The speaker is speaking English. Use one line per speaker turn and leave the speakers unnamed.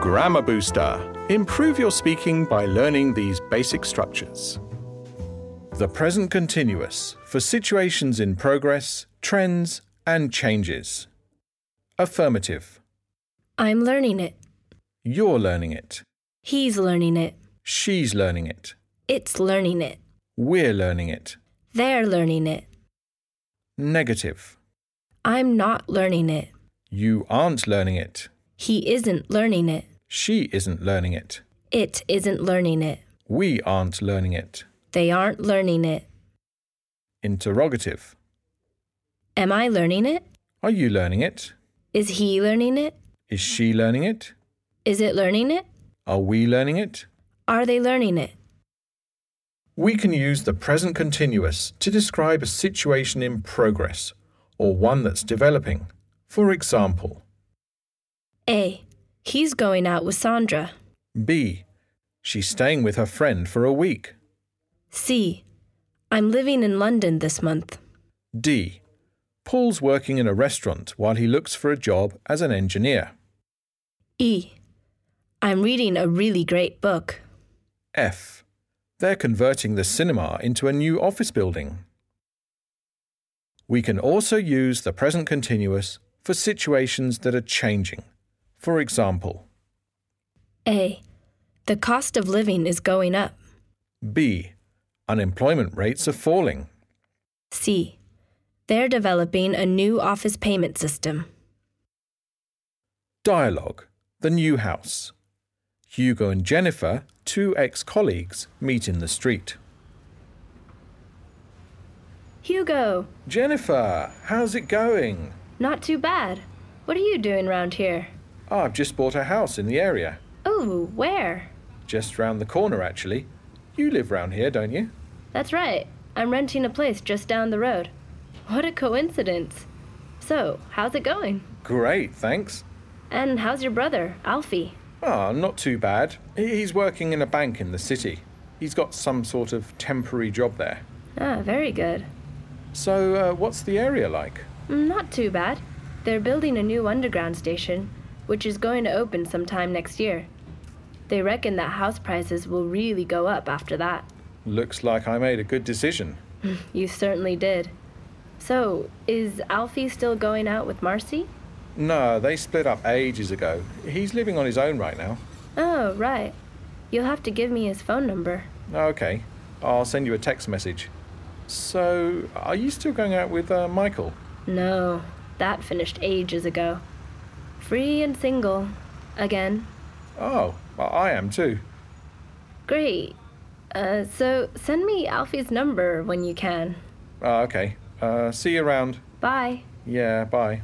Grammar Booster. Improve your speaking by learning these basic structures. The present continuous for situations in progress, trends, and changes. Affirmative.
I'm learning it.
You're learning it.
He's learning it.
She's learning it.
It's learning it.
We're learning it.
They're learning it.
Negative.
I'm not learning it.
You aren't learning it.
He isn't learning it.
She isn't learning it.
It isn't learning it.
We aren't learning it.
They aren't learning it.
Interrogative.
Am I learning it?
Are you learning it?
Is he learning it?
Is she learning it?
Is it learning it?
Are we learning it?
Are they learning it?
We can use the present continuous to describe a situation in progress or one that's developing. For example,
A. He's going out with Sandra.
B. She's staying with her friend for a week.
C. I'm living in London this month.
D. Paul's working in a restaurant while he looks for a job as an engineer.
E. I'm reading a really great book.
F. They're converting the cinema into a new office building. We can also use the present continuous for situations that are changing. For example,
A. The cost of living is going up.
B. Unemployment rates are falling.
C. They're developing a new office payment system.
Dialogue The New House. Hugo and Jennifer, two ex colleagues, meet in the street.
Hugo,
Jennifer, how's it going?
not too bad. What are you doing round here?
"Oh, I've just bought a house in the area,
Oh, where?
just round the corner actually. You live round here, don't you?
That's right. I'm renting a place just down the road. What a coincidence. So, how's it going?
Great, thanks.
And how's your brother, Alfie?
Ah, not too bad. He- He's working in a bank in the city. He's got some sort of temporary job there.
Ah, very good.
So, uh, what's the area like?
Mm, Not too bad. They're building a new underground station, which is going to open sometime next year. They reckon that house prices will really go up after that.
Looks like I made a good decision.
You certainly did. So, is Alfie still going out with Marcy?
No, they split up ages ago. He's living on his own right now.
Oh, right. You'll have to give me his phone number.
Okay, I'll send you a text message. So, are you still going out with uh, Michael?
No, that finished ages ago. Free and single. Again.
Oh, well, I am too.
Great. Uh, so, send me Alfie's number when you can.
Ah, okay, uh, see you around.
Bye.
Yeah, bye.